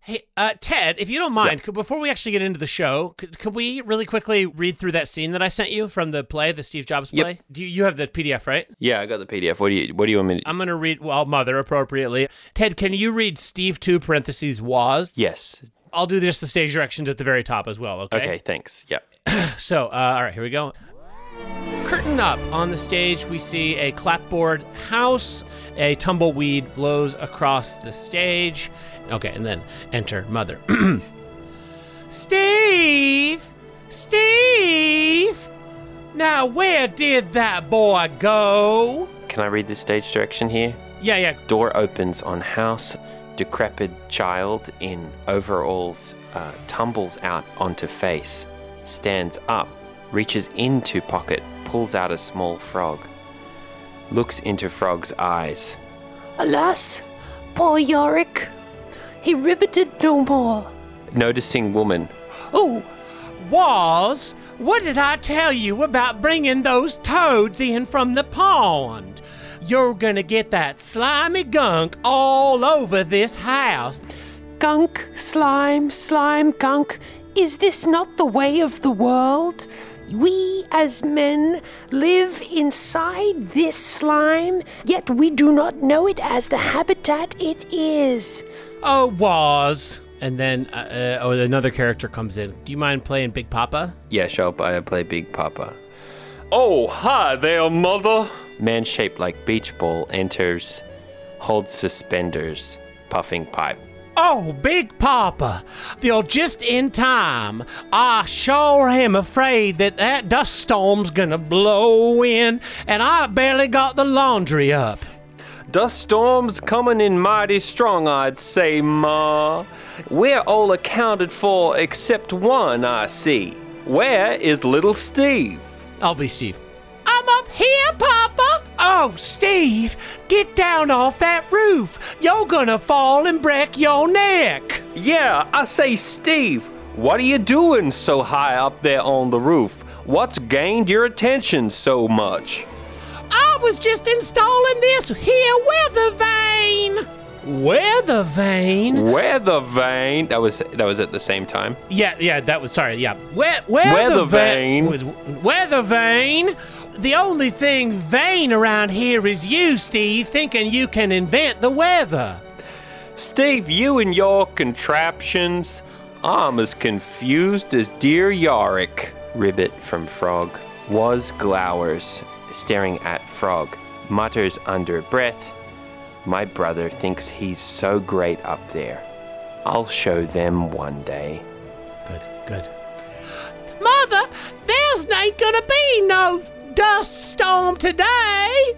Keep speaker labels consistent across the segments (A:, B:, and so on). A: Hey, uh, Ted, if you don't mind, could, before we actually get into the show, could, could we really quickly read through that scene that I sent you from the play, the Steve Jobs
B: Yep.
A: play? Do you, you have the PDF, right?
B: Yeah, I got the PDF. What do you What do you want me to?
A: I'm going to read, well, mother appropriately. Ted, can you read Steve 2 parentheses was?
B: yes.
A: I'll do just the stage directions at the very top as well, okay?
B: Okay. Thanks. Yep.
A: So, uh, all right, here we go. Curtain up. On the stage, we see a clapboard house. A tumbleweed blows across the stage. Okay, and then enter mother. Steve! Steve! Now, where did that boy go?
B: Can I read the stage direction here?
A: Yeah, yeah.
B: Door opens on house. Decrepit child in overalls uh, tumbles out onto face, stands up, reaches into pocket, pulls out a small frog, looks into frog's eyes.
C: Alas, poor Yorick. He riveted no more.
B: Noticing woman,
C: Oh,
A: Was, what did I tell you about bringing those toads in from the pond? You're gonna get that slimy gunk all over this house.
C: gunk, slime, slime, gunk. Is this not the way of the world? We as men live inside this slime, yet we do not know it as the habitat it is.
A: Oh, was. And then, uh, uh, oh, another character comes in. Do you mind playing Big Papa?
B: Yeah, sure, but I play Big Papa. Oh, hi there, mother! Man shaped like beach ball enters, holds suspenders, puffing pipe.
A: Oh, Big Papa, you're just in time. I sure am afraid that that dust storm's gonna blow in, and I barely got the laundry up.
B: Dust storms coming in mighty strong, I'd say, ma. We're all accounted for except one, I see. Where is little Steve?
A: I'll be Steve. I'm up here, Papa! Oh, Steve, get down off that roof. You're gonna fall and break your neck.
B: Yeah, I say, Steve, what are you doing so high up there on the roof? What's gained your attention so much?
A: I was just installing this here weather vane. Weather vane?
B: Weather vane. That was that was at the same time.
A: Yeah, yeah, that was, sorry, yeah. We- weather
B: Weather
A: va-
B: vane.
A: Was, weather vane? The only thing vain around here is you, Steve, thinking you can invent the weather.
B: Steve, you and your contraptions. I'm as confused as dear Yorick. Ribbit from Frog was glowers, staring at Frog, mutters under breath, My brother thinks he's so great up there. I'll show them one day.
A: Good, good. Mother, there's not gonna be no dust storm today.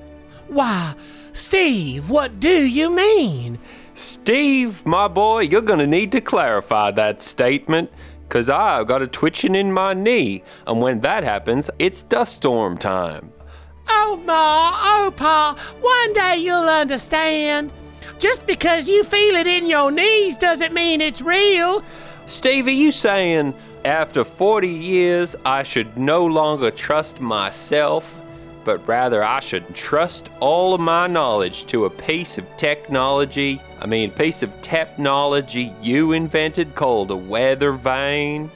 A: Why, Steve, what do you mean?
B: Steve, my boy, you're gonna need to clarify that statement, cause I've got a twitching in my knee, and when that happens, it's dust storm time.
A: Oh, Ma, oh, Pa, one day you'll understand. Just because you feel it in your knees doesn't mean it's real.
B: Steve, are you saying after 40 years I should no longer trust myself, but rather I should trust all of my knowledge to a piece of technology? I mean, piece of technology you invented called a weather vane?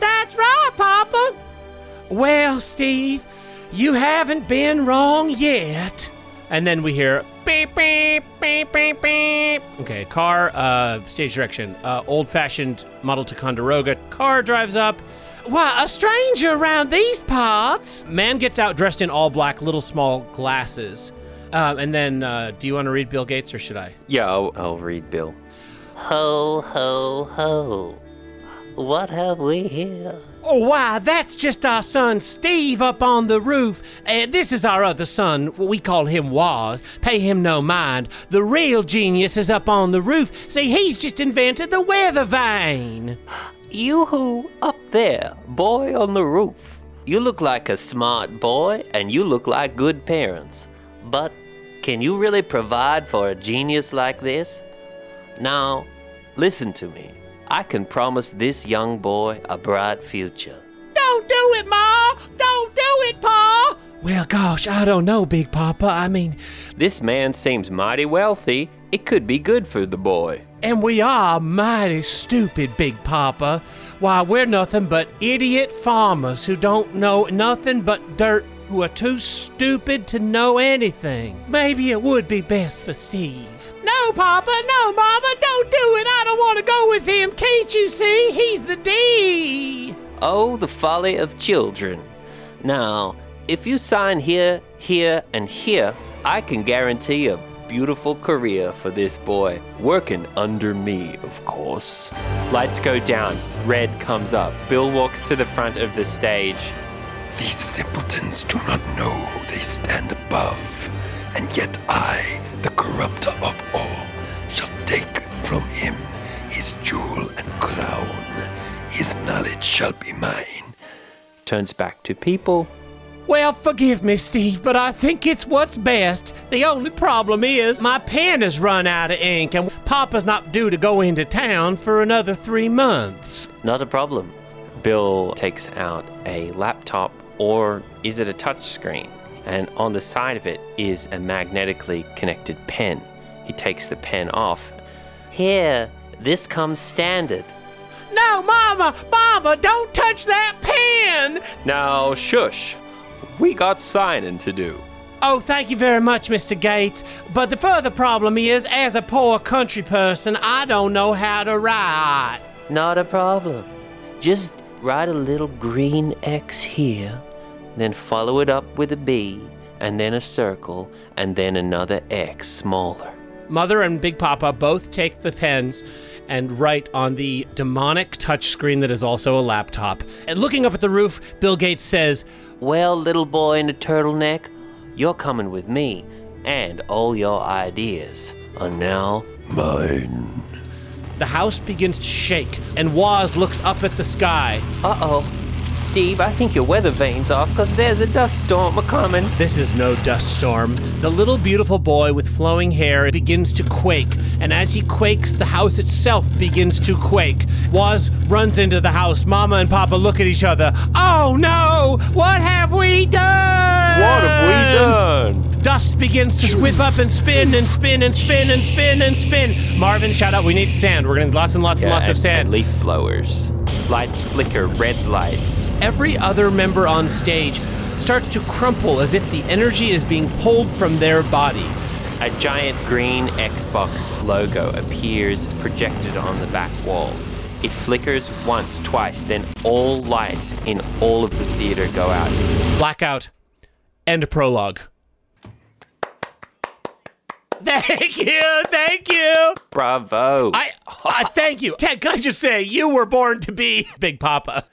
A: That's right, Papa. Well, Steve, you haven't been wrong yet. And then we hear beep, beep, beep, beep, beep. Okay, car, uh, stage direction, uh, old fashioned model Ticonderoga. Car drives up. Why, a stranger around these parts. Man gets out dressed in all black, little small glasses. Um, and then, uh, do you want to read Bill Gates or should I?
B: Yeah, I'll, I'll read Bill.
D: Ho, ho, ho. What have we here?
A: Oh, why, that's just our son Steve up on the roof. Uh, this is our other son. We call him Waz. Pay him no mind. The real genius is up on the roof. See, he's just invented the weather vane.
D: You who up there, boy on the roof. You look like a smart boy and you look like good parents. But can you really provide for a genius like this? Now, listen to me. I can promise this young boy a bright future.
A: Don't do it, Ma! Don't do it, Pa! Well, gosh, I don't know, Big Papa. I mean,
B: This man seems mighty wealthy. It could be good for the boy.
A: And we are mighty stupid, Big Papa. Why, we're nothing but idiot farmers who don't know nothing but dirt, who are too stupid to know anything. Maybe it would be best for Steve. No, Papa, no, Mama, don't do it. I don't want to go with him. Can't you see? He's the D.
D: Oh, the folly of children. Now, if you sign here, here, and here, I can guarantee a beautiful career for this boy. Working under me, of course.
B: Lights go down. Red comes up. Bill walks to the front of the stage.
E: These simpletons do not know who they stand above, and yet I, the corrupter of all, shall take from him his jewel and crown. His knowledge shall be mine.
B: Turns back to people.
A: Well, forgive me, Steve, but I think it's what's best. The only problem is my pen has run out of ink, and Papa's not due to go into town for another three months.
D: Not a problem.
B: Bill takes out a laptop, or is it a touchscreen? And on the side of it is a magnetically connected pen. He takes the pen off.
D: Here, this comes standard.
A: No, Mama, Mama, don't touch that pen!
B: Now, shush. We got signing to do.
A: Oh, thank you very much, Mr. Gates. But the further problem is, as a poor country person, I don't know how to write.
D: Not a problem. Just write a little green X here, then follow it up with a B, and then a circle, and then another X smaller.
A: Mother and Big Papa both take the pens and write on the demonic touchscreen that is also a laptop. And looking up at the roof, Bill Gates says,
D: Well, little boy in a turtleneck, you're coming with me and all your ideas. And now,
E: Mine.
A: The house begins to shake, and Waz looks up at the sky.
D: uh oh, Steve, I think your weather vane's off because there's a dust storm a coming.
A: This is no dust storm. The little beautiful boy with flowing hair begins to quake, and as he quakes, the house itself begins to quake. Waz runs into the house. Mama and Papa look at each other. Oh no! What have we done?
B: What have we done?
A: Dust begins to whip up and spin and spin and spin and spin and spin. Marvin, shout out, we need sand. We're gonna need lots and lots and lots of
B: and-
A: sand.
B: and leaf blowers. Lights flicker, red lights.
A: Every other member on stage starts to crumple as if the energy is being pulled from their body.
B: A giant green Xbox logo appears projected on the back wall. It flickers once, twice, then all lights in all of the theater go out.
A: Blackout. End prologue. Thank you, thank you.
B: Bravo!
A: I, I thank you, Ted. Can I just say you were born to be Big Papa?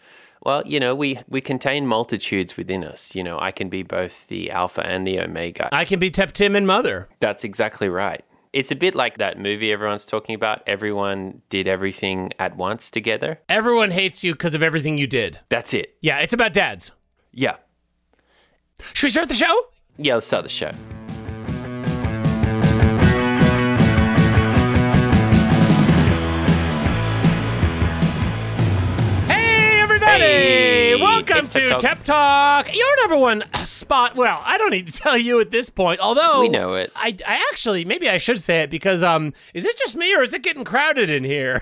B: well, you know, we, we contain multitudes within us. You know, I can be both the Alpha and the Omega.
A: I can be Teptim and Mother.
B: That's exactly right. It's a bit like that movie everyone's talking about. Everyone did everything at once together.
A: Everyone hates you because of everything you did.
B: That's it.
A: Yeah, it's about dads.
B: Yeah.
A: Should we start the show?
B: Yeah, let's start the show.
A: Hey, everybody!
B: Hey,
A: Welcome
B: it's the
A: to
B: Talk-
A: Tep Talk, your number one spot. Well, I don't need to tell you at this point, although
B: We know it.
A: I, I actually maybe I should say it because um, is it just me or is it getting crowded in here?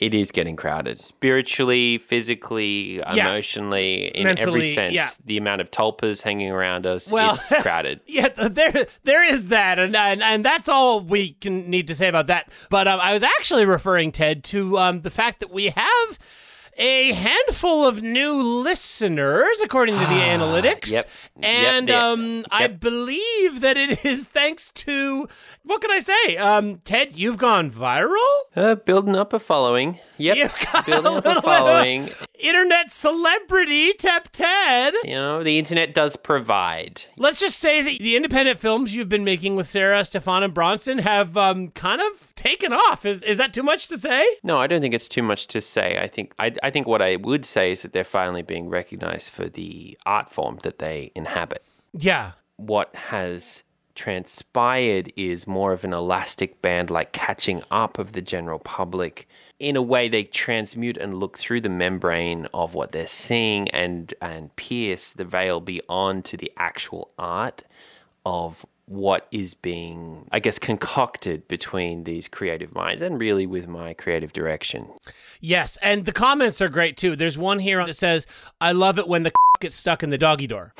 B: It is getting crowded spiritually, physically, emotionally, in
A: Mentally,
B: every sense.
A: yeah.
B: The amount of tulpas hanging around us
A: Well-
B: it's crowded.
A: yeah, there there is that, and and, and that's all we can need to say about that. But um, I was actually referring Ted to um, the fact that we have. A handful of new listeners, according to the analytics,
B: Ah, Yep. Yep,
A: and
B: yep,
A: um, I
B: yep.
A: believe that it is thanks to what can I say? Um, Ted, you've gone viral.
B: Uh, building up a following. Yep.
A: You've got
B: building
A: a
B: up
A: little bit
B: a
A: of-
B: following.
A: Internet celebrity, Tep Ted.
B: You know, the internet does provide.
A: Let's just say that the independent films you've been making with Sarah, Stefan, and Bronson have um, kind of taken off. Is is that too much to say?
B: No, I don't think it's too much to say. I think I, I think what I would say is that they're finally being recognized for the art form that they inhabit.
A: Yeah.
B: What has transpired is more of an elastic band like catching up of the general public. In a way they transmute and look through the membrane of what they're seeing and and pierce the veil beyond to the actual art of what is being, I guess, concocted between these creative minds and really with my creative direction.
A: Yes, and the comments are great too. There's one here that says, "I love it when the gets stuck in the doggy door."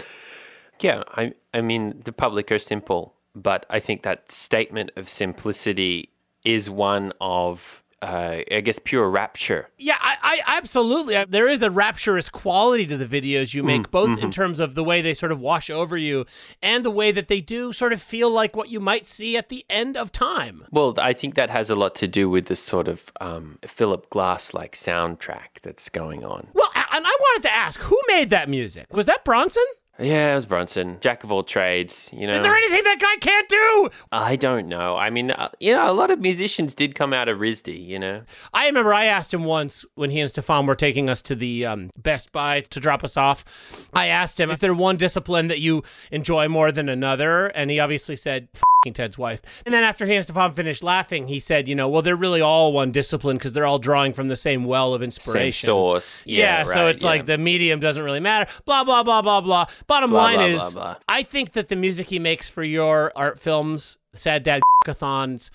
B: Yeah, I, I mean, the public are simple, but I think that statement of simplicity is one of, uh, I guess, pure rapture.
A: Yeah, I, I absolutely. I- There is a rapturous quality to the videos you make, both in terms of the way they sort of wash over you and the way that they do sort of feel like what you might see at the end of time.
B: Well, I think that has a lot to do with this sort of um, Philip Glass like soundtrack that's going on.
A: Well, a- and I wanted to ask, who made that music? Was that Bronson?
B: Yeah, it was Bronson, jack of all trades. You know,
A: Is there anything that guy can't do?
B: I don't know. I mean, uh, you know, a lot of musicians did come out of RISD. You know,
A: I remember I asked him once when he and Stefan were taking us to the um, Best Buy to drop us off. I asked him, "Is there one discipline that you enjoy more than another?" And he obviously said, "Fing Ted's wife." And then after he and Stefan finished laughing, he said, "You know, well, they're really all one discipline because they're all drawing from the same well of
B: same
A: inspiration."
B: source.
A: Yeah, so
B: right,
A: it's like the medium doesn't really matter. Blah blah blah blah blah. Bottom
B: Blah,
A: line
B: blah,
A: is,
B: blah, blah.
A: I think that the music he makes for your art films, Sad Dad Thons,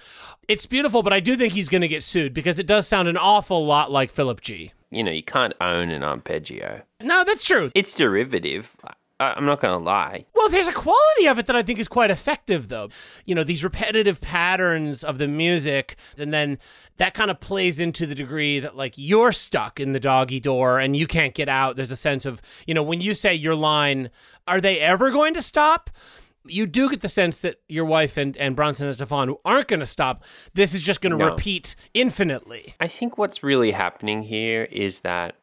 A: it's beautiful. But I do think he's going to get sued because it does sound an awful lot like Philip G.
B: you know, you can't own an arpeggio.
A: No, that's true.
B: It's derivative. I, I'm not going to lie.
A: Well, there's a quality of it that I think is quite effective, though. You know, these repetitive patterns of the music, and then that kind of plays into the degree that, like, you're stuck in the doggy door and you can't get out. There's a sense of, you know, when you say your line, are they ever going to stop? You do get the sense that your wife and, and Bronson and Stefan aren't going to stop. This is just going to
B: No.
A: repeat infinitely.
B: I think what's really happening here is that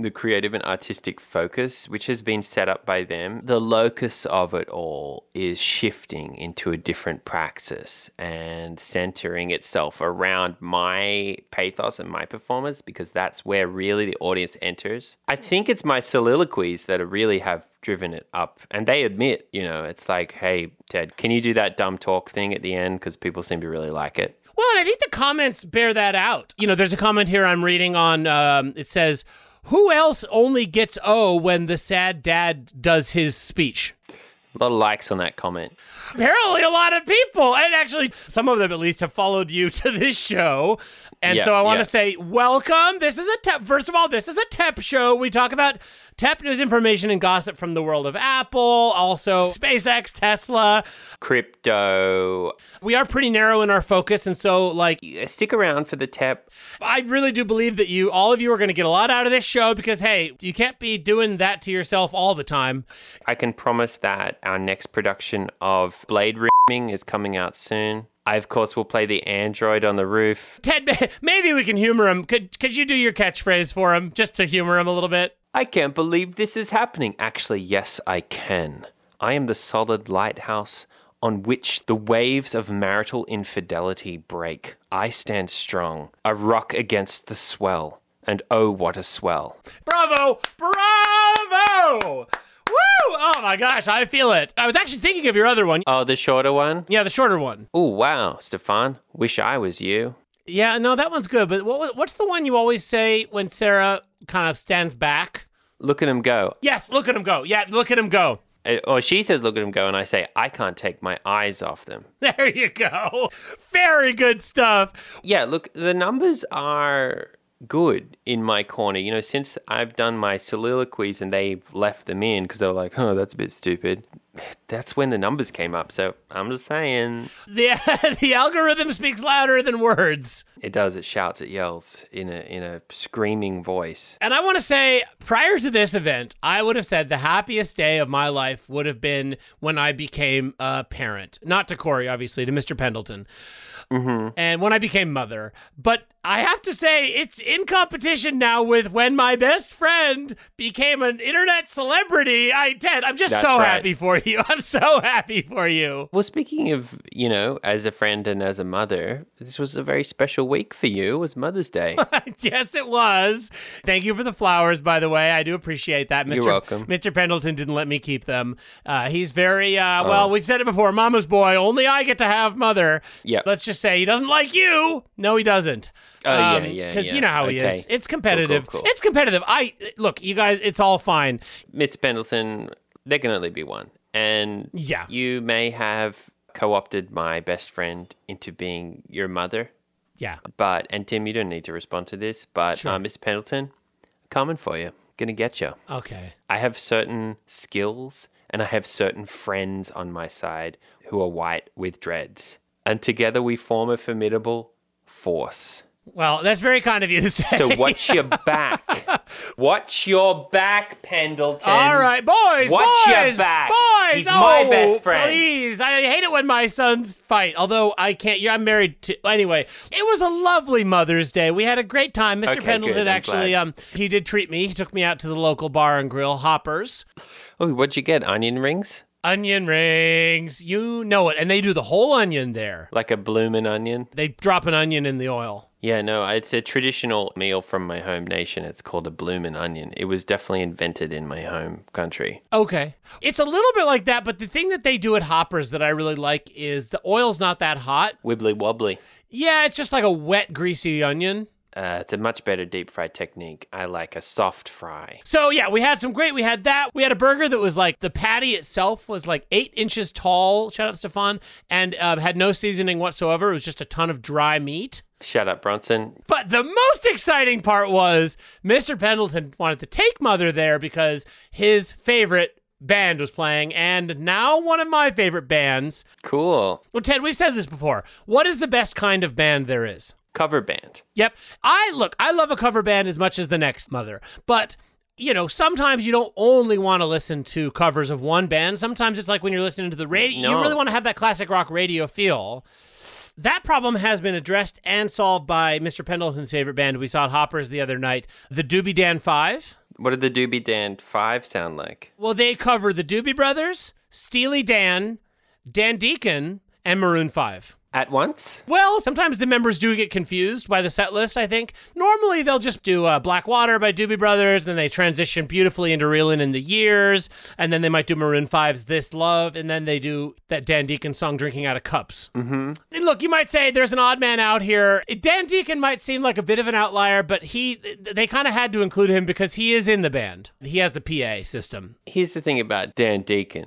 B: the creative and artistic focus, which has been set up by them, the locus of it all is shifting into a different praxis and centering itself around my pathos and my performance because that's where really the audience enters. I think it's my soliloquies that really have driven it up. And they admit, you know, it's like, hey, Ted, can you do that dumb talk thing at the end? Because people seem to really like it.
A: Well, and I think the comments bear that out. You know, there's a comment here I'm reading on. Um, it says, "Who else only gets O when the sad dad does his speech?"
B: A lot of likes on that comment.
A: Apparently, a lot of people, and actually some of them at least, have followed you to this show. And
B: Yeah,
A: so I want to
B: yeah.
A: say, welcome. This is a tep. First of all, this is a tep show. We talk about tep news, information, and gossip from the world of Apple, also SpaceX, Tesla.
B: crypto.
A: We are pretty narrow in our focus, and so like
B: Yeah, Stick around for the tap.
A: I really do believe that you, all of you, are going to get a lot out of this show because, hey, you can't be doing that to yourself all the time.
B: I can promise that our next production of Blade Rimming is coming out soon. I, of course, will play the android on the roof.
A: Ted, ma- maybe we can humor him. Could could you do your catchphrase for him just to humor him a little bit?
B: I can't believe this is happening. Actually, yes, I can. I am the solid lighthouse on which the waves of marital infidelity break. I stand strong, a rock against the swell. And oh, what a swell.
A: Bravo! Bravo! Woo! Oh my gosh, I feel it. I was actually thinking of your other one.
B: Oh, the shorter one?
A: Yeah, the shorter one.
B: Oh, wow, Stefan. Wish I was you.
A: Yeah, no, that one's good. But what, what's the one you always say when Sarah kind of stands back?
B: Look at him go.
A: Yes, look at him go. Yeah, look at him go.
B: Uh, Or she says, look at him go. And I say, I can't take my eyes off them.
A: There you go. Very good stuff.
B: Yeah, look, the numbers are good in my corner. You know, since I've done my soliloquies and they've left them in because they were like, oh, that's a bit stupid. That's when the numbers came up. So I'm just saying,
A: the the algorithm speaks louder than words.
B: it does. It shouts, it yells in a in a screaming voice.
A: And I want to say, prior to this event, I would have said the happiest day of my life would have been when I became a parent. Not to Corey, obviously, to Mr. Pendleton.
B: Mm-hmm.
A: And when I became mother. But I have to say, it's in competition now with when my best friend became an internet celebrity. I, Ted, I'm just
B: That's
A: so
B: right.
A: happy for you. I'm so happy for you.
B: Well, speaking of, you know, as a friend and as a mother, this was a very special week for you. It was Mother's Day.
A: yes, it was. Thank you for the flowers, by the way. I do appreciate that. Mr.
B: You're welcome.
A: Mr. Pendleton didn't let me keep them. Uh, he's very uh,
B: Uh-huh.
A: well. We've said it before. Mama's boy. Only I get to have mother.
B: Yep.
A: Let's just say he doesn't like you. No, he doesn't.
B: Oh, yeah, yeah,
A: Because you
B: yeah.
A: know how he
B: Okay.
A: is. It's competitive.
B: cool.
A: It's competitive. I look, you guys. It's all fine.
B: Mr. Pendleton, there can only be one. And
A: Yeah.
B: you may have co opted my best friend into being your mother.
A: Yeah.
B: But, and Tim, you don't need to respond to this, but uh, Miss Pendleton, coming for you. Gonna get you.
A: Okay.
B: I have certain skills and I have certain friends on my side who are white with dreads. And together we form a formidable force.
A: Well, that's very kind of you to say.
B: So watch your back. Watch your back, Pendleton.
A: All right, boys,
B: Watch
A: boys,
B: your back.
A: boys.
B: He's
A: oh,
B: my best friend.
A: Please, I hate it when my sons fight. Although I can't. Yeah, I'm married to. Anyway, it was a lovely Mother's Day. We had a great time. Mr.
B: Okay,
A: Pendleton
B: good, I'm
A: actually,
B: glad.
A: um, he did treat me. He took me out to the local bar and grill, Hoppers.
B: Oh, what'd you get? Onion rings?
A: Onion rings, you know it, and they do the whole onion there.
B: Like a bloomin' onion?
A: They drop an onion in the oil.
B: Yeah, no, it's a traditional meal from my home nation. It's called a bloomin' onion. It was definitely invented in my home country.
A: Okay. It's a little bit like that, but the thing that they do at Hoppers that I really like is the oil's not that hot.
B: Wibbly wobbly.
A: Yeah, it's just like a wet, greasy onion.
B: Uh, it's a much better deep fry technique. I like a soft fry.
A: So yeah, we had some great. We had that. We had a burger that was like the patty itself was like eight inches tall. Shout out Stefan, and um, had no seasoning whatsoever. It was just a ton of dry meat.
B: Shut up, Bronson.
A: But the most exciting part was Mr. Pendleton wanted to take Mother there because his favorite band was playing, and now one of my favorite bands.
B: Cool.
A: Well, Ted, we've said this before. What is the best kind of band there is?
B: Cover band.
A: Yep. I look, I love a cover band as much as the next mother, but you know, sometimes you don't only want to listen to covers of one band. Sometimes it's like when you're listening to the radio, you
B: No.
A: really want to have that classic rock radio feel. That problem has been addressed and solved by Mr. Pendleton's favorite band we saw at Hoppers the other night, the Doobie Dan 5.
B: What did the Doobie Dan 5 sound like?
A: Well, they cover the Doobie Brothers, Steely Dan, Dan Deacon, and Maroon 5.
B: At once?
A: Well, sometimes the members do get confused by the set list, I think. Normally, they'll just do uh, Black Water by Doobie Brothers, then they transition beautifully into Reelin' in the Years, and then they might do Maroon 5's This Love, and then they do that Dan Deacon song, Drinking Out of Cups. Mm-hmm. And look, you might say there's an odd man out here. Dan Deacon might seem like a bit of an outlier, but he th- they kind of had to include him because he is in the band. He has the PA system.
B: Here's the thing about Dan Deacon,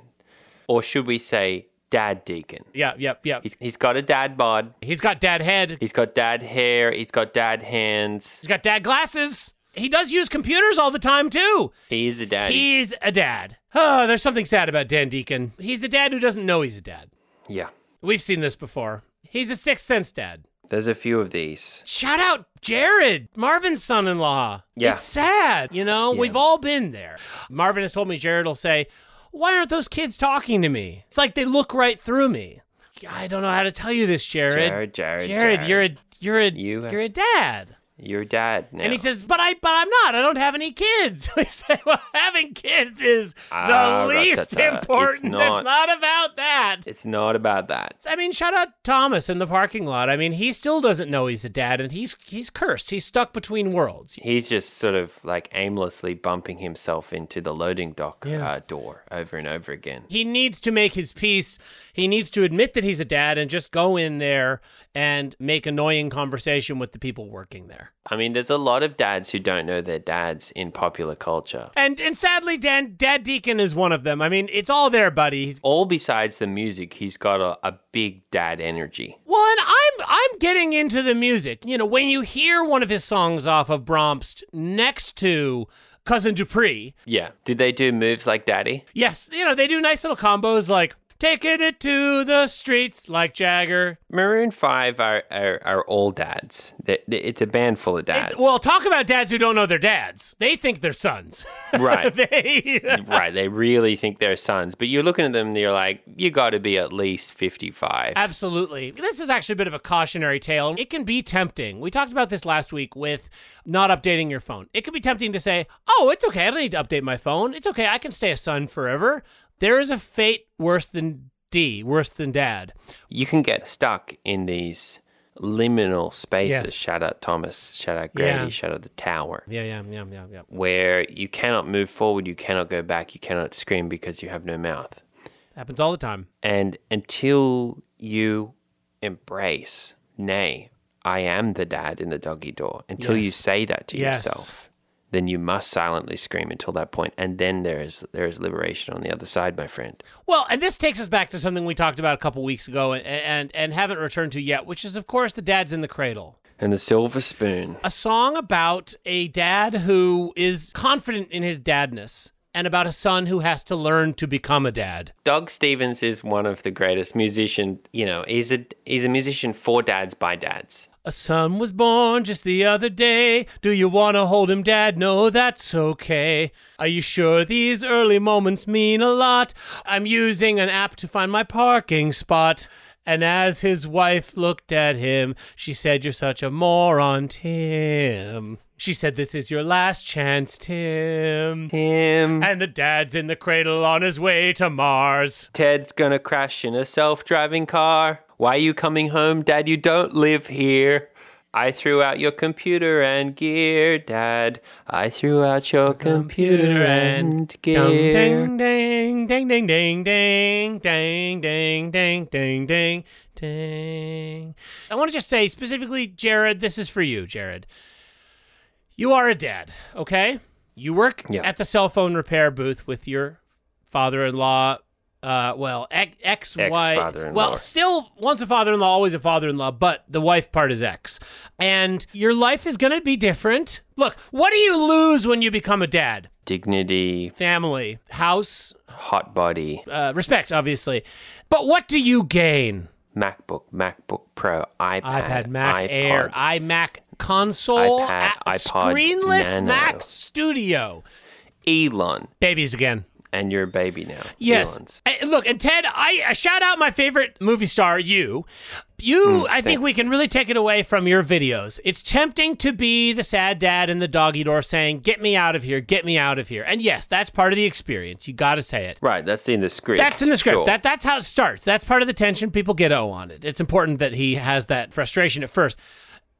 B: or should we say Dad Deacon?
A: Yeah, yep, yep.
B: He's, he's got a dad bod,
A: He's got dad head.
B: he's got dad hair, he's got dad hands.
A: He's got dad glasses. He does use computers all the time, too.
B: He is a daddy.
A: He's a dad. Oh, there's something sad about Dan Deacon. He's the dad who doesn't know he's a dad.
B: yeah.
A: We've seen this before. He's a sixth sense dad.
B: There's a few of these.
A: Shout out Jared, Marvin's son in law.
B: Yeah.
A: It's sad, you know? We've all been there. Marvin has told me Jared will say, Why aren't those kids talking to me? It's like they look right through me. I don't know how to tell you this, Jared.
B: Jared,
A: Jared,
B: Jared, Jared.
A: you're a you're a
B: You have-
A: you're a dad.
B: Your dad now.
A: And he says, "But I, but I'm not. I don't have any kids." We say, "Well, having kids is the
B: Ah,
A: least
B: ratata. It's
A: important. It's not.
B: not.
A: about that."
B: it's not about that.
A: I mean, shout out Thomas in the parking lot. I mean, he still doesn't know he's a dad, and he's he's cursed. He's stuck between worlds.
B: He's just sort of like aimlessly bumping himself into the loading dock uh, door over and over again.
A: He needs to make his peace. He needs to admit that he's a dad and just go in there and make annoying conversation with the people working there.
B: I mean, there's a lot of dads who don't know their dads in popular culture.
A: And and sadly, Dan Dad Deacon is one of them. I mean, it's all there, buddy. He's
B: All besides the music, he's got a, a big dad energy.
A: Well, and I'm I'm getting into the music. You know, when you hear one of his songs off of Bromst next to Cousin Dupree,
B: Yeah. Did they do moves like daddy?
A: yes, you know, they do nice little combos like taking it to the streets like Jagger.
B: Maroon 5 are, are, are all dads. They- they- It's a band full of dads.
A: Well, talk about dads who don't know their dads. They think they're sons.
B: right.
A: They-
B: right. They really think they're sons. But you're looking at them and you're like, you got to be at least 55.
A: Absolutely. This is actually a bit of a cautionary tale. It can be tempting. We talked about this last week with not updating your phone. It can be tempting to say, oh, it's okay. I don't need to update my phone. It's okay. I can stay a son forever. There is a fate worse than D, worse than dad.
B: you can get stuck in these liminal spaces.
A: Yes.
B: Shout out Thomas. Shout out Grady.
A: Yeah.
B: Shout out the tower.
A: Yeah, yeah, yeah, yeah, yeah.
B: Where you cannot move forward, you cannot go back, you cannot scream because you have no mouth.
A: Happens all the time.
B: And until you embrace, nay, I am the dad in the doggy door, until you
A: Yes.
B: say that to
A: Yes.
B: yourself, then you must silently scream until that point, and then there is there is liberation on the other side, my friend.
A: Well, and this takes us back to something we talked about a couple weeks ago and, and, and haven't returned to yet, which is, of course, the dad's in the cradle.
B: And the silver spoon.
A: A song about a dad who is confident in his dadness and about a son who has to learn to become a dad.
B: Doug Stevens is one of the greatest musician. You know, he's a he's a musician for dads by dads.
A: A son was born just the other day. Do you want to hold him, Dad? No, that's okay. Are you sure these early moments mean a lot? I'm using an app to find my parking spot. And as his wife looked at him, she said, You're such a moron, Tim. She said, This is your last chance, Tim.
B: Him.
A: And the dad's in the cradle on his way to Mars.
B: Ted's gonna crash in a self-driving car. Why are you coming home, Dad? You don't live here. I threw out your computer and gear, Dad. I threw out your computer and gear.
A: Ding, ding, ding, ding, ding, ding, ding, ding, ding, ding, ding, ding. I want to just say specifically, Jared, this is for you, Jared. You are a dad, okay? You work
B: Yeah.
A: at the cell phone repair booth with your father-in-law. Uh, well, ex ex-wife.
B: Ex-father-in-law.
A: Well, still once a father-in-law, always a father-in-law, but the wife part is ex. And your life is gonna be different. Look, what do you lose when you become a dad?
B: Dignity,
A: Family, house,
B: hot body,
A: uh, respect, obviously. But what do you gain?
B: MacBook, MacBook Pro, iPad,
A: iPad, Mac
B: iPod.
A: Air, iMac console,
B: iPad,
A: a-
B: iPod
A: screenless
B: Nano.
A: Mac Studio.
B: Elon,
A: Babies again.
B: and you're a baby now.
A: Yes.
B: Elon's.
A: And look, and Ted, I, I shout out my favorite movie star, you. You, I think we can really take it away from your videos. It's tempting to be the sad dad in the doggy door saying, Get me out of here, get me out of here. And yes, that's part of the experience. You got to say it.
B: Right, that's in the script.
A: That's in the script.
B: Sure.
A: That that's how it starts. That's part of the tension. People get O on it. It's important that he has that frustration at first.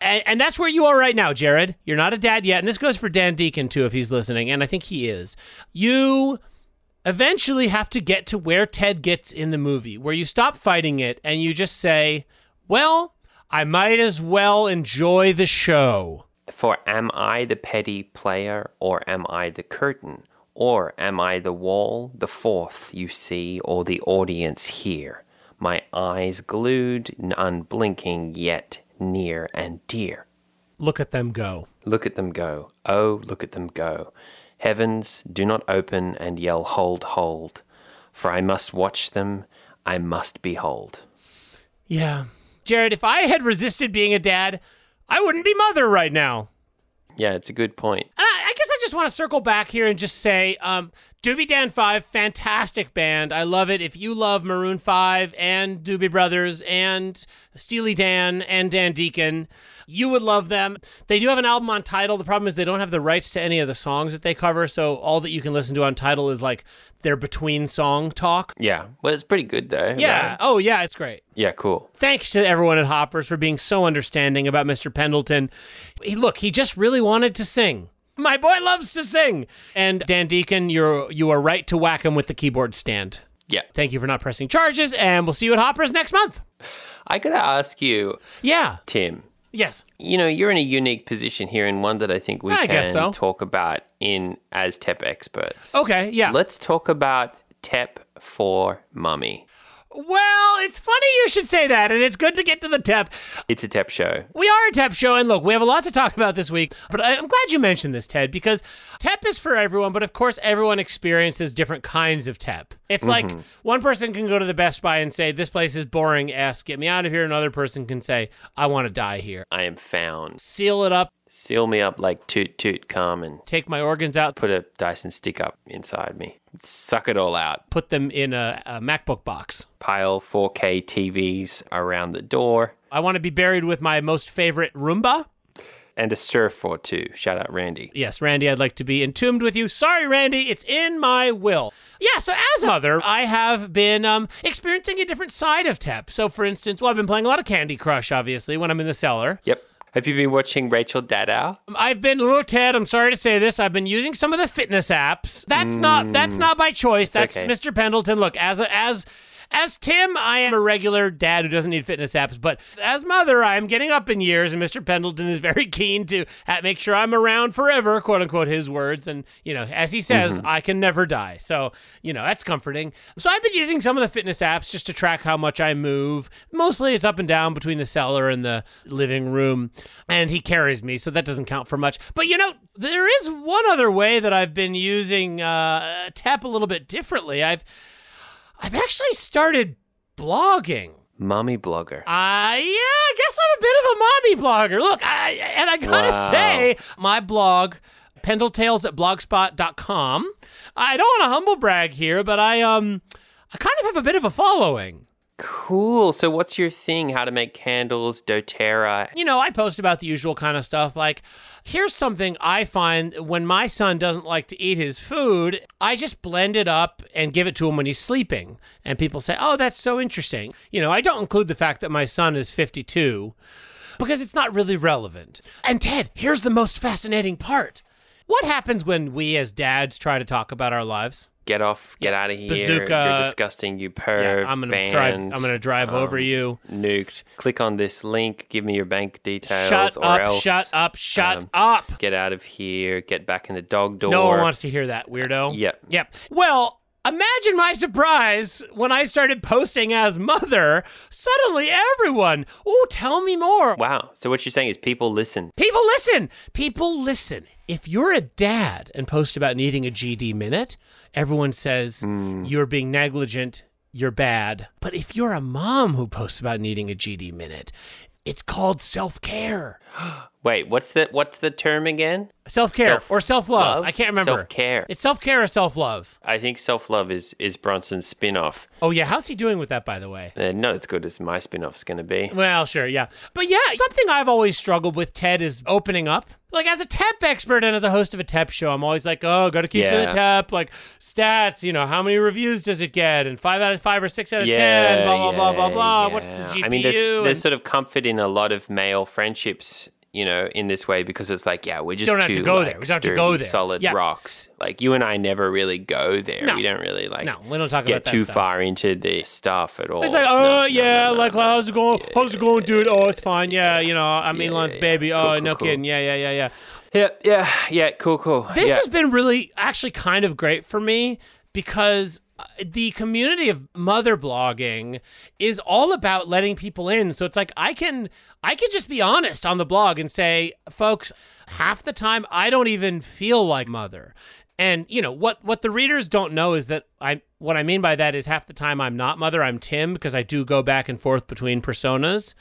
A: And, and that's where you are right now, Jared. You're not a dad yet. And this goes for Dan Deacon, too, if he's listening. And I think he is. You eventually have to get to where Ted gets in the movie, where you stop fighting it and you just say, well, I might as well enjoy the show.
B: For am I the petty player or am I the curtain? Or am I the wall, the fourth you see, or the audience here? My eyes glued and unblinking, yet near and dear.
A: Look at them go.
B: Look at them go. Oh, look at them go. Heavens, do not open and yell, hold, hold. For I must watch them, I must behold.
A: Yeah. Jared, if I had resisted being a dad, I wouldn't be mother right now.
B: Yeah, it's a good point.
A: And I, I guess I just want to circle back here and just say, um, Doobie Dan Five, fantastic band. I love it. If you love Maroon Five and Doobie Brothers and Steely Dan and Dan Deacon, you would love them. They do have an album on Title. The problem is they don't have the rights to any of the songs that they cover, so all that you can listen to on Title is like their between song talk.
B: Yeah. Well, it's pretty good, though.
A: Yeah.
B: right?
A: Oh yeah, it's great
B: Yeah, cool.
A: thanks to everyone at Hoppers for being so understanding about Mr. Pendleton. He, look, he just really wanted to sing. My boy loves to sing. And Dan Deacon, you're you are right to whack him with the keyboard stand.
B: Yeah.
A: Thank you for not pressing charges, and we'll see you at Hoppers next month.
B: I gotta ask you,
A: Yeah.
B: Tim.
A: Yes.
B: You know, you're in a unique position here, and one that I think we
A: I
B: can
A: guess so.
B: talk about in as TEP experts.
A: Okay. Yeah.
B: Let's talk about TEP for Mummy.
A: well, it's funny you should say that, and it's good to get to the tip.
B: It's a TEP show.
A: We are a TEP show, and look, we have a lot to talk about this week, but I- I'm glad you mentioned this, Ted, because TEP is for everyone, but of course, everyone experiences different kinds of TEP. It's like one person can go to the Best Buy and say, This place is boring, ass, get me out of here. Another person can say, I want to die here.
B: I am found.
A: Seal it up,
B: Seal me up like Toot Toot Carmen.
A: take my organs out,
B: Put a Dyson stick up inside me. Suck it all out.
A: put them in a, a MacBook box.
B: Pile 4K TVs around the door.
A: I want to be buried with my most favorite Roomba.
B: And a stir for two. Shout out Randy.
A: Yes, Randy, I'd like to be entombed with you. Sorry, Randy, it's in my will. Yeah, so as a mother, I have been um, experiencing a different side of TEP. So, for instance, well, I've been playing a lot of Candy Crush, obviously, when I'm in the cellar.
B: Yep. Have you been watching Rachel Daddow?
A: I've been little Ted. I'm sorry to say this. I've been using some of the fitness apps. That's not that's not by choice. That's
B: okay.
A: Mr. Pendleton. Look, as a, as As Tim, I am a regular dad who doesn't need fitness apps, but as mother, I'm getting up in years, and Mr. Pendleton is very keen to ha- make sure I'm around forever, quote unquote, his words. And, you know, as he says, I can never die. So, you know, that's comforting. So I've been using some of the fitness apps just to track how much I move. Mostly it's up and down between the cellar and the living room. And he carries me, so that doesn't count for much. But, you know, there is one other way that I've been using uh, TEP a little bit differently. I've I've actually started blogging.
B: Mommy blogger.
A: Uh, yeah, I guess I'm a bit of a mommy blogger. Look, I, and I gotta
B: Wow.
A: say, my blog, pendletales at blogspot.com, I don't want to humble brag here, but I, um, I kind of have a bit of a following.
B: Cool. So what's your thing? How to make candles, doTERRA,
A: you know, I post about the usual kind of stuff. Like, here's something I find when my son doesn't like to eat his food, I just blend it up and give it to him when he's sleeping. And people say, oh, that's so interesting. You know, I don't include the fact that my son is 52 because it's not really relevant. And Ted, here's the most fascinating part. What happens when we as dads try to talk about our lives?
B: get off, get out of here.
A: Bazooka.
B: You're disgusting, you perv.
A: I'm gonna
B: banned,
A: drive. I'm gonna drive over
B: um,
A: you.
B: Nuked. Click on this link. Give me your bank details.
A: Shut
B: or
A: up!
B: Else.
A: Shut up! Shut
B: um,
A: up!
B: Get out of here. Get back in the dog door.
A: No one wants to hear that, weirdo.
B: Yep.
A: Yep. Well, imagine my surprise when I started posting as mother. Suddenly, everyone, oh, tell me more.
B: Wow. So what you're saying is people listen.
A: People listen. People listen. If you're a dad and post about needing a GD minute, everyone says
B: Hmm.
A: you're being negligent, you're bad. But if you're a mom who posts about needing a GD minute, it's called self care.
B: Wait, what's the what's the term again?
A: Self care
B: Self-
A: or self love.
B: love?
A: I can't remember.
B: Self-care.
A: It's self care or self love.
B: I think self love is is Bronson's spin off.
A: Oh, yeah. How's he doing with that, by the way?
B: Uh, not as good as my spin off's gonna be.
A: Well, sure, yeah. But yeah, something I've always struggled with, Ted, is opening up. Like, as a TEP expert and as a host of a TEP show, I'm always like, oh, gotta keep to
B: Yeah.
A: the TEP. Like, stats, you know, how many reviews does it get? And five out of five or six out of
B: Yeah,
A: ten, blah, blah, blah, blah,
B: yeah,
A: blah. What's the
B: yeah.
A: GPU?
B: I mean, there's,
A: and-
B: there's sort of comfort in a lot of male friendships, you know, in this way because it's like, yeah, we're just
A: don't have
B: two,
A: to go
B: like,
A: there. We don't have to
B: sturdy,
A: go there.
B: solid
A: Yeah.
B: rocks. Like you and I never really go there.
A: No.
B: We don't really like
A: No, we don't talk
B: get
A: about that
B: too
A: stuff.
B: far into the stuff at all.
A: It's like,
B: No,
A: oh
B: no,
A: yeah,
B: no, no,
A: like
B: no.
A: well, how's it going? how's it going, dude? Oh, it's fine. Yeah, you know, I'm
B: yeah,
A: Elon's
B: yeah.
A: baby.
B: Cool,
A: oh,
B: cool,
A: no
B: cool.
A: kidding. Yeah, yeah, yeah, yeah.
B: yeah, yeah, yeah, cool, cool.
A: This
B: yeah.
A: has been really actually kind of great for me because uh, the community of mother blogging is all about letting people in. So it's like I can I can just be honest on the blog and say, folks, half the time I don't even feel like mother. And you know what what the readers don't know is that I what I mean by that is half the time I'm not mother, I'm Tim because I do go back and forth between personas.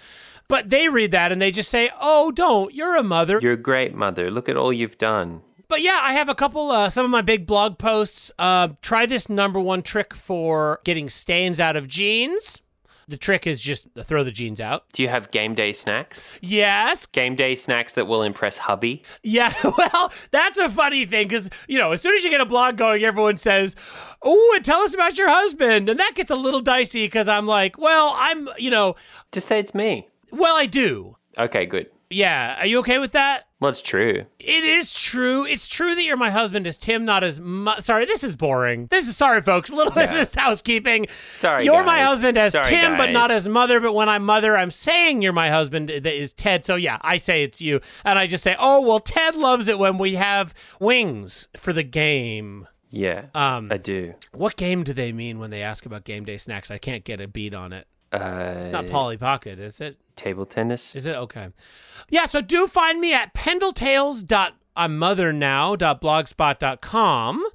A: But they read that and they just say, "Oh, don't. You're a mother.
B: You're a great mother. Look at all you've done.
A: But yeah, I have a couple, uh, some of my big blog posts. Uh, try this number one trick for getting stains out of jeans. The trick is just to throw the jeans out.
B: Do you have game day snacks?
A: Yes.
B: Game day snacks that will impress hubby.
A: Yeah. Well, that's a funny thing because, you know, as soon as you get a blog going, everyone says, Oh, and tell us about your husband. And that gets a little dicey because I'm like, Well, I'm, you know,
B: Just say it's me.
A: well, I do.
B: Okay, good.
A: Yeah. Are you okay with that?
B: Well, it's true.
A: It is true. It's true that you're my husband. Is Tim not as mu- sorry? This is boring. This is sorry, folks. A little bit of this housekeeping.
B: Sorry,
A: you're my
B: guys.
A: husband as
B: Sorry,
A: Tim, but not
B: guys.
A: as mother. But when I'm mother, I'm saying you're my husband. That is Ted. So yeah, I say it's you, and I just say, oh well, Ted loves it when we have wings for the game.
B: Yeah,
A: Um,
B: I do.
A: What game do they mean when they ask about game day snacks? I can't get a beat on it.
B: Uh,
A: It's not Polly Pocket, is it?
B: table tennis.
A: Is it okay? Yeah, so do find me at pendletales dot I'm mother now dot blogspot.com.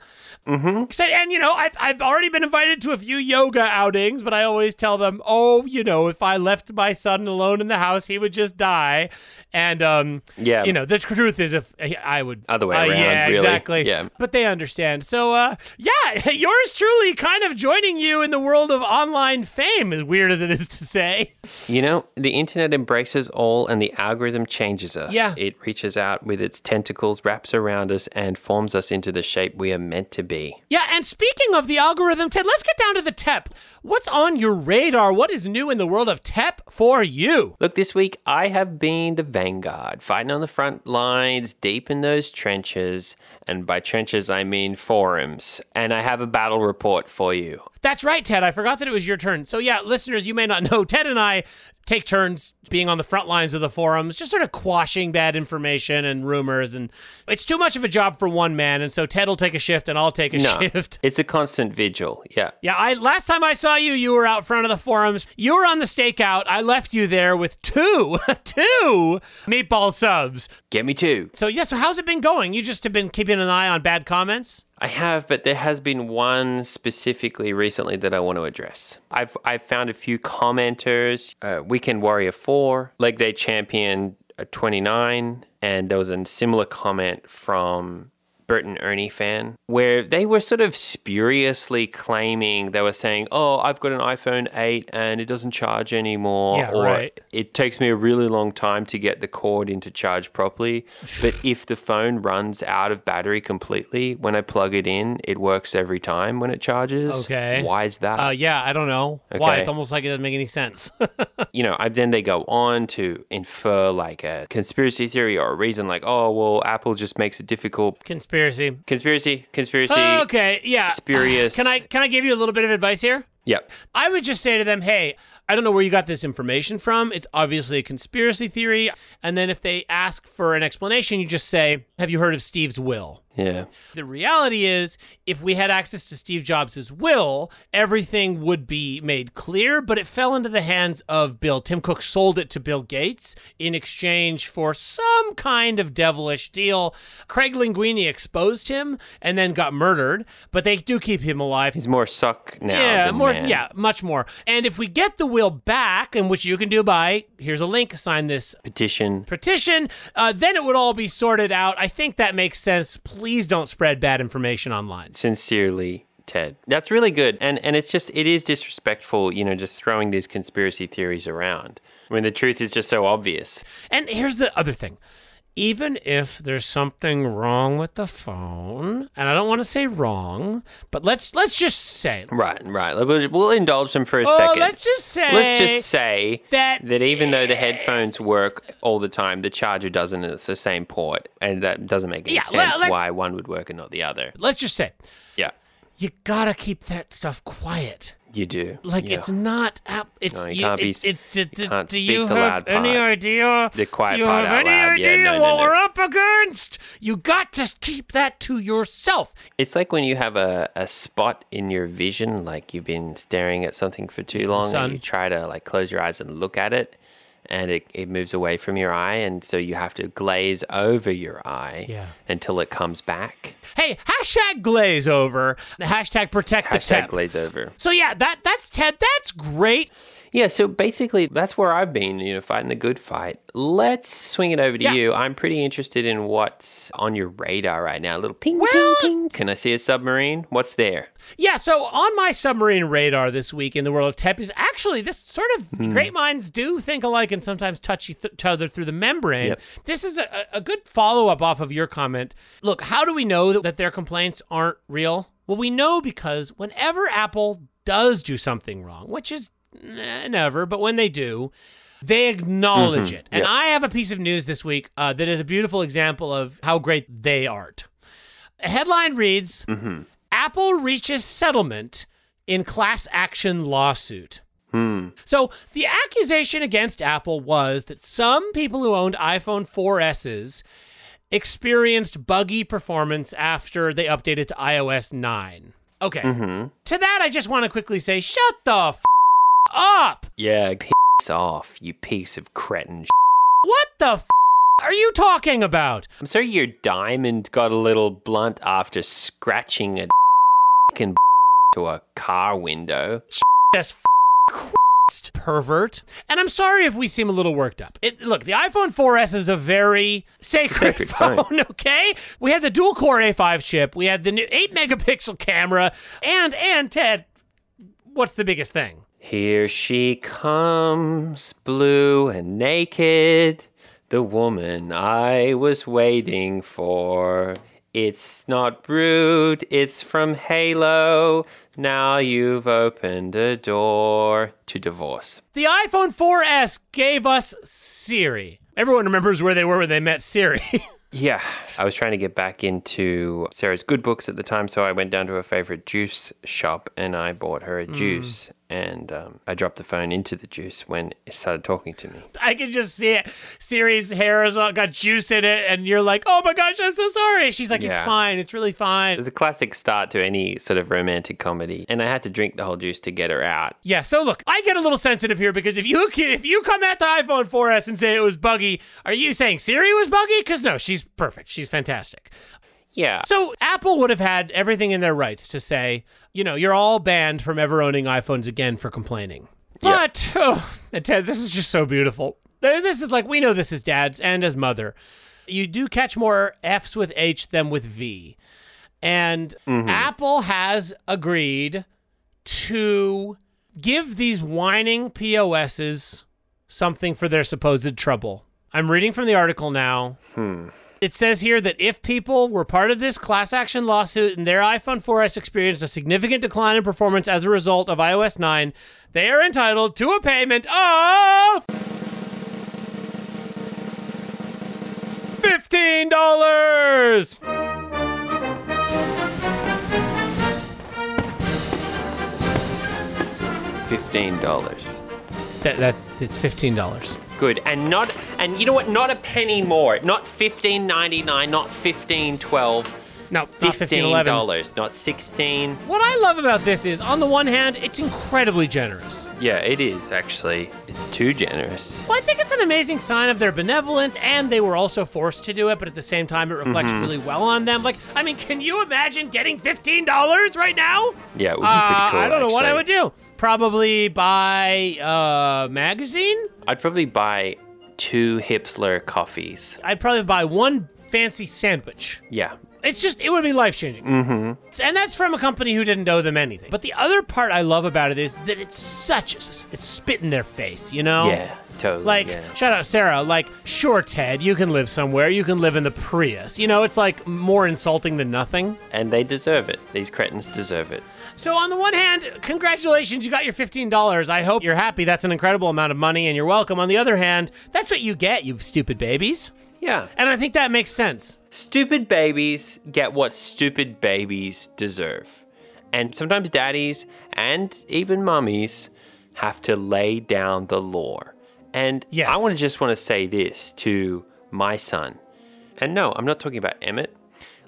A: Mm-hmm. Said, and you know, I've, I've already been invited to a few yoga outings, but I always tell them, oh, you know, if I left my son alone in the house, he would just die. And um,
B: Yeah.
A: you know, the truth is, if I would
B: Other way
A: uh,
B: around,
A: yeah,
B: really.
A: exactly.
B: Yeah.
A: But they understand. So, uh, yeah, yours truly, kind of joining you in the world of online fame, as weird as it is to say.
B: You know, the internet embraces all and the algorithm changes us.
A: Yeah.
B: It reaches out with its tentacles, wraps around us, and forms us into the shape we are meant to be. be.
A: Yeah, and speaking of the algorithm, Ted, let's get down to the TEP. What's on your radar? What is new in the world of TEP for you?
B: Look, this week I have been the vanguard, fighting on the front lines, deep in those trenches, and by trenches I mean forums. And I have a battle report for you.
A: That's right, Ted. I forgot that it was your turn. So, yeah, listeners, you may not know, Ted and I take turns being on the front lines of the forums, just sort of quashing bad information and rumors. And it's too much of a job for one man. And so, Ted will take a shift and I'll take a
B: No,
A: shift.
B: it's a constant vigil. Yeah.
A: Yeah, I last time I saw you, you were out front of the forums. You were on the stakeout. I left you there with two, two meatball subs.
B: Get me two.
A: So yeah, so how's it been going? You just have been keeping an eye on bad comments?
B: I have, but there has been one specifically recently that I want to address. I've I've found a few commenters. Uh, Weekend Warrior Four, Leg Day Champion uh, Twenty Nine, and there was a similar comment from Burton Ernie fan where they were sort of spuriously claiming they were saying, "Oh, I've got an iPhone Eight and it doesn't charge anymore,"
A: Yeah,
B: or
A: right.
B: it takes me a really long time to get the cord into charge properly. But if the phone runs out of battery completely, when I plug it in, it works every time when it charges.
A: Okay.
B: Why is that?
A: Uh, yeah, I don't know why.
B: Okay.
A: It's almost like it doesn't make any sense.
B: you know, I, then they go on to infer like a conspiracy theory or a reason like, oh, well, Apple just makes it difficult.
A: Conspiracy.
B: Conspiracy, conspiracy.
A: Okay, yeah.
B: Spurious.
A: Can I can I give you a little bit of advice here?
B: Yep.
A: I would just say to them, hey, I don't know where you got this information from. It's obviously a conspiracy theory. And then if they ask for an explanation, you just say, have you heard of Steve's will?
B: Yeah.
A: The reality is, if we had access to Steve Jobs' will, everything would be made clear, but it fell into the hands of Bill. Tim Cook sold it to Bill Gates in exchange for some kind of devilish deal. Craig Linguini exposed him and then got murdered, but they do keep him alive.
B: He's more suck now.
A: Yeah,
B: than
A: more.
B: Oh, man.
A: Yeah, much more. And if we get the will back, and which you can do by here's a link, sign this
B: Petition.
A: petition, uh, then it would all be sorted out. I think that makes sense. Please don't spread bad information online.
B: sincerely ted that's really good and and it's just it is disrespectful you know just throwing these conspiracy theories around when the truth is just so obvious
A: And here's the other thing. Even if there's something wrong with the phone, and I don't want to say wrong, but let's let's just say
B: right right we'll, we'll indulge them for a
A: Oh,
B: second
A: let's just say
B: let's just say
A: that-
B: that even though the headphones work all the time the charger doesn't and it's the same port and that doesn't make any
A: Yeah, well,
B: sense
A: let's-
B: why one would work and not the other
A: let's just say
B: yeah
A: you gotta keep that stuff quiet.
B: you do
A: Like
B: Yeah.
A: it's not app. It's
B: No, you can't be
A: it-
B: s-
A: it-
B: you
A: d- d-
B: can't
A: do
B: speak
A: you
B: the
A: have
B: loud
A: any
B: part.
A: idea?
B: The quiet
A: do you
B: part
A: have
B: out
A: any
B: loud. Yeah,
A: idea
B: no, no,
A: what
B: no.
A: we're up against? You got to keep that to yourself.
B: It's like when you have a, a spot in your vision, like you've been staring at something for too long
A: Sun.
B: and you try to like close your eyes and look at it and it, it moves away from your eye and so you have to glaze over your eye
A: Yeah.
B: until it comes back.
A: Hey, hashtag glaze over. Hashtag protect the
B: Hashtag
A: tech.
B: glaze over.
A: So yeah, that that's Ted. That's great.
B: Yeah, so basically that's where I've been, you know, fighting the good fight. Let's swing it over to
A: Yeah.
B: you. I'm pretty interested in what's on your radar right now. A little ping,
A: Well-
B: ping, ping. Can I see a submarine? What's there?
A: Yeah, so on my submarine radar this week in the world of TEP is actually this sort of great minds do think alike and sometimes touch each th- other through the membrane.
B: Yep.
A: This is a, a good follow up off of your comment. Look, how do we know that, that their complaints aren't real? Well, we know because whenever Apple does do something wrong, which is eh, never, but when they do, they acknowledge it. And
B: Yep.
A: I have a piece of news this week uh, that is a beautiful example of how great they aren't. Headline reads Apple reaches settlement in class action lawsuit. So the accusation against Apple was that some people who owned iPhone 4Ss experienced buggy performance after they updated to iOS 9. Okay.
B: Mm. Mm-hmm.
A: To that, I just want to quickly say, shut the f- up.
B: Yeah, piss off, you piece of cretin
A: What the f- are you talking about?
B: I'm sorry your diamond got a little blunt after scratching a and to a car window.
A: This f- Christ, pervert. And I'm sorry if we seem a little worked up. It, look, the iPhone 4S is a very sacred
B: Sacred
A: phone,
B: phone.
A: okay? We had the dual core A5 chip, we had the new 8 megapixel camera, and and Ted, what's the biggest thing?
B: Here she comes, blue and naked, the woman I was waiting for. It's not brood, it's from Halo. Now you've opened a door to divorce.
A: The iPhone 4S gave us Siri. Everyone remembers where they were when they met Siri.
B: Yeah, I was trying to get back into Sarah's good books at the time, so I went down to her favorite juice shop and I bought her a juice. And um, I dropped the phone into the juice when it started talking to me.
A: I can just see it. Siri's hair has all got juice in it, and you're like, oh my gosh, I'm so sorry. She's like, it's
B: Yeah.
A: fine. It's really fine.
B: It's a classic start to any sort of romantic comedy, and I had to drink the whole juice to get her out.
A: Yeah, so look, I get a little sensitive here because if you if you come at the iPhone 4S and say it was buggy, are you saying Siri was buggy? Because no, she's perfect. She's fantastic.
B: Yeah.
A: So Apple would have had everything in their rights to say, you know, you're all banned from ever owning iPhones again for complaining. But oh, and Ted, this is just so beautiful. This is like we know this is dad's and as mother. You do catch more F's with H than with V. And Apple has agreed to give these whining POSs something for their supposed trouble. I'm reading from the article now. It says here that if people were part of this class action lawsuit and their iPhone 4S experienced a significant decline in performance as a result of iOS 9, they are entitled to a payment of $15.
B: $15.
A: That, that it's $15.
B: Good. And not and you know what? Not a penny more. Not $15.99, not $15.12.
A: No, not
B: $15,
A: $15.11.
B: not 16
A: What I love about this is on the one hand, it's incredibly generous.
B: Yeah, it is actually. It's too generous.
A: Well, I think it's an amazing sign of their benevolence, and they were also forced to do it, but at the same time, it reflects
B: Mm-hmm.
A: really well on them. Like, I mean, can you imagine getting $15 right now?
B: Yeah, it would be pretty cool.
A: Uh, I don't know what I
B: actually.
A: would do. Probably buy a magazine.
B: I'd probably buy two hipster coffees.
A: I'd probably buy one fancy sandwich.
B: Yeah.
A: It's just, it would be life changing. Mm-hmm. And that's from a company who didn't owe them anything. But the other part I love about it is that it's such, a, it's spit in their face, you know?
B: Yeah, totally.
A: Oh. Like,
B: yeah.
A: shout out Sarah. Like, sure, Ted, you can live somewhere. You can live in the Prius. You know, it's like more insulting than nothing.
B: and they deserve it. These cretins deserve it.
A: So, on the one hand, congratulations, you got your $15. I hope you're happy. That's an incredible amount of money, and you're welcome. On the other hand, that's what you get, you stupid babies.
B: Yeah.
A: And I think that makes sense.
B: Stupid babies get what stupid babies deserve. And sometimes daddies and even mummies have to lay down the law. And
A: Yes.
B: I want to just want to say this to my son. And no, I'm not talking about Emmett.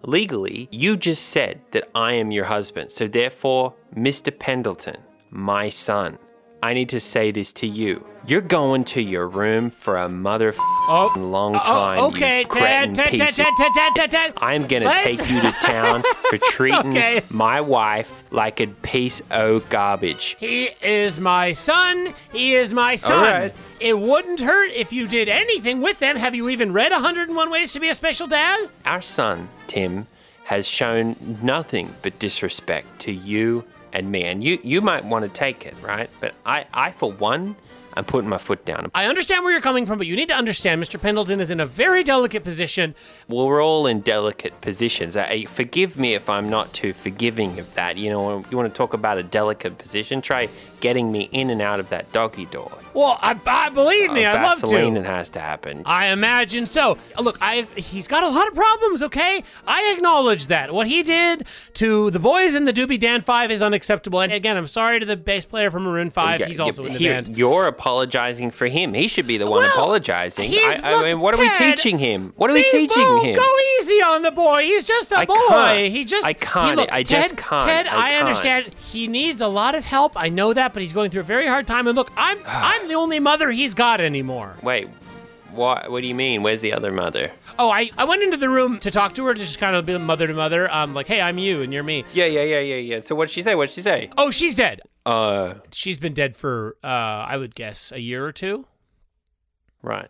B: Legally, you just said that I am your husband. So therefore, Mr. Pendleton, my son, I need to say this to you. You're going to your room for a mother long time.
A: Oh,
B: you
A: okay,
B: cretin
A: Ted, Ted,
B: piece
A: Ted,
B: of
A: Ted, Ted, Ted, Ted, Ted.
B: I'm gonna
A: Let's-
B: take you to town for treating
A: Okay.
B: my wife like a piece of garbage.
A: He is my son. He is my son.
B: right.
A: It wouldn't hurt if you did anything with them. Have you even read 101 Ways to Be a Special Dad?
B: Our son, Tim, has shown nothing but disrespect to you and me. And you, you might want to take it, right? But I, I for one, I'm putting my foot down.
A: I understand where you're coming from, but you need to understand Mr. Pendleton is in a very delicate position.
B: Well, we're all in delicate positions. I- I, forgive me if I'm not too forgiving of that. You know, you want to talk about a delicate position? Try getting me in and out of that doggy door.
A: Well, I, I believe me,
B: Uh,
A: I'd love
B: Vaseline,
A: to.
B: it has to happen.
A: I imagine so. Look, I he's got a lot of problems, okay? I acknowledge that. What he did to the boys in the Doobie Dan 5 is unacceptable. And again, I'm sorry to the bass player from Maroon 5.
B: Yeah,
A: he's
B: yeah,
A: also in the
B: here,
A: band.
B: You're apologizing for him. He should be the one
A: Well,
B: apologizing.
A: he's-
B: I, I
A: look,
B: mean, what are we
A: Ted,
B: teaching him? What are we teaching
A: People,
B: him?
A: Go easy on the boy. He's just a
B: I
A: boy.
B: can't.
A: He just
B: I can't.
A: He, look,
B: I
A: Ted,
B: just can't.
A: Ted, I,
B: I can't.
A: understand. He needs a lot of help. I know that, but he's going through a very hard time. And look, I'm I'm the only mother he's got anymore.
B: Wait, what? What do you mean? Where's the other mother?
A: Oh, I, I went into the room to talk to her to just kind of be mother to mother. Um, like, hey, I'm you and you're me.
B: Yeah, yeah, yeah, yeah, yeah. So what'd she say? What'd she say?
A: Oh, she's dead.
B: Uh,
A: She's been dead for uh, I would guess a year or two.
B: right.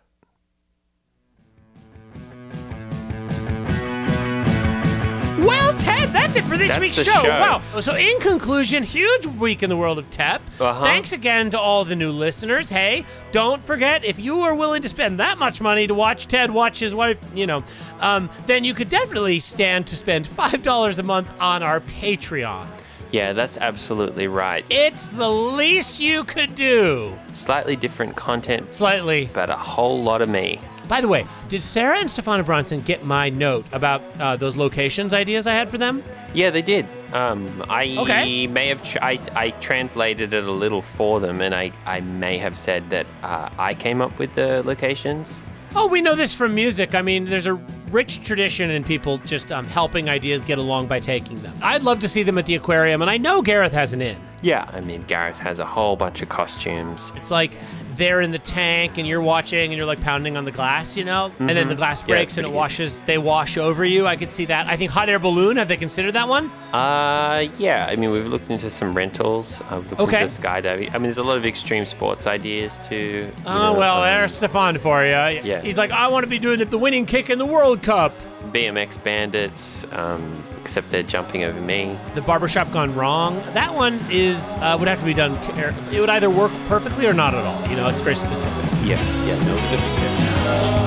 A: Well, Ted, that's it for this
B: That's
A: week's
B: the
A: show.
B: show.
A: Wow. So, in conclusion, huge week in the world of TEP.
B: Uh-huh.
A: Thanks again to all the new listeners. Hey, don't forget if you are willing to spend that much money to watch Ted watch his wife, you know, um, then you could definitely stand to spend $5 a month on our Patreon.
B: Yeah, that's absolutely right.
A: It's the least you could do.
B: Slightly different content,
A: Slightly.
B: but a whole lot of me.
A: By the way, did Sarah and Stefana Bronson get my note about uh, those locations ideas I had for them?
B: Yeah, they did. Um, I
A: Okay.
B: may have tr- I, I translated it a little for them, and I, I may have said that uh, I came up with the locations.
A: Oh, we know this from music. I mean, there's a rich tradition in people just um, helping ideas get along by taking them. I'd love to see them at the aquarium, and I know Gareth has an in.
B: Yeah, I mean Gareth has a whole bunch of costumes.
A: It's like they're in the tank, and you're watching, and you're like pounding on the glass, you know, and then the glass breaks,
B: it's
A: and it
B: pretty
A: washes. They wash over you. I could see that. I think hot air balloon. Have they considered that one?
B: Uh, yeah, I mean we've looked into some rentals. Uh, we've looked
A: Okay.
B: into skydiving. I mean there's a lot of extreme sports ideas too. you
A: Oh
B: know,
A: well,
B: um,
A: there's Stefan for you.
B: Yeah.
A: He's like, I want to be doing the, the winning kick in the World Cup.
B: BMX bandits. Um, except they're jumping over me.
A: The barbershop gone wrong. That one is uh, would have to be done. care- It would either work perfectly or not at all. You know, it's very specific.
B: Yeah, yeah, no,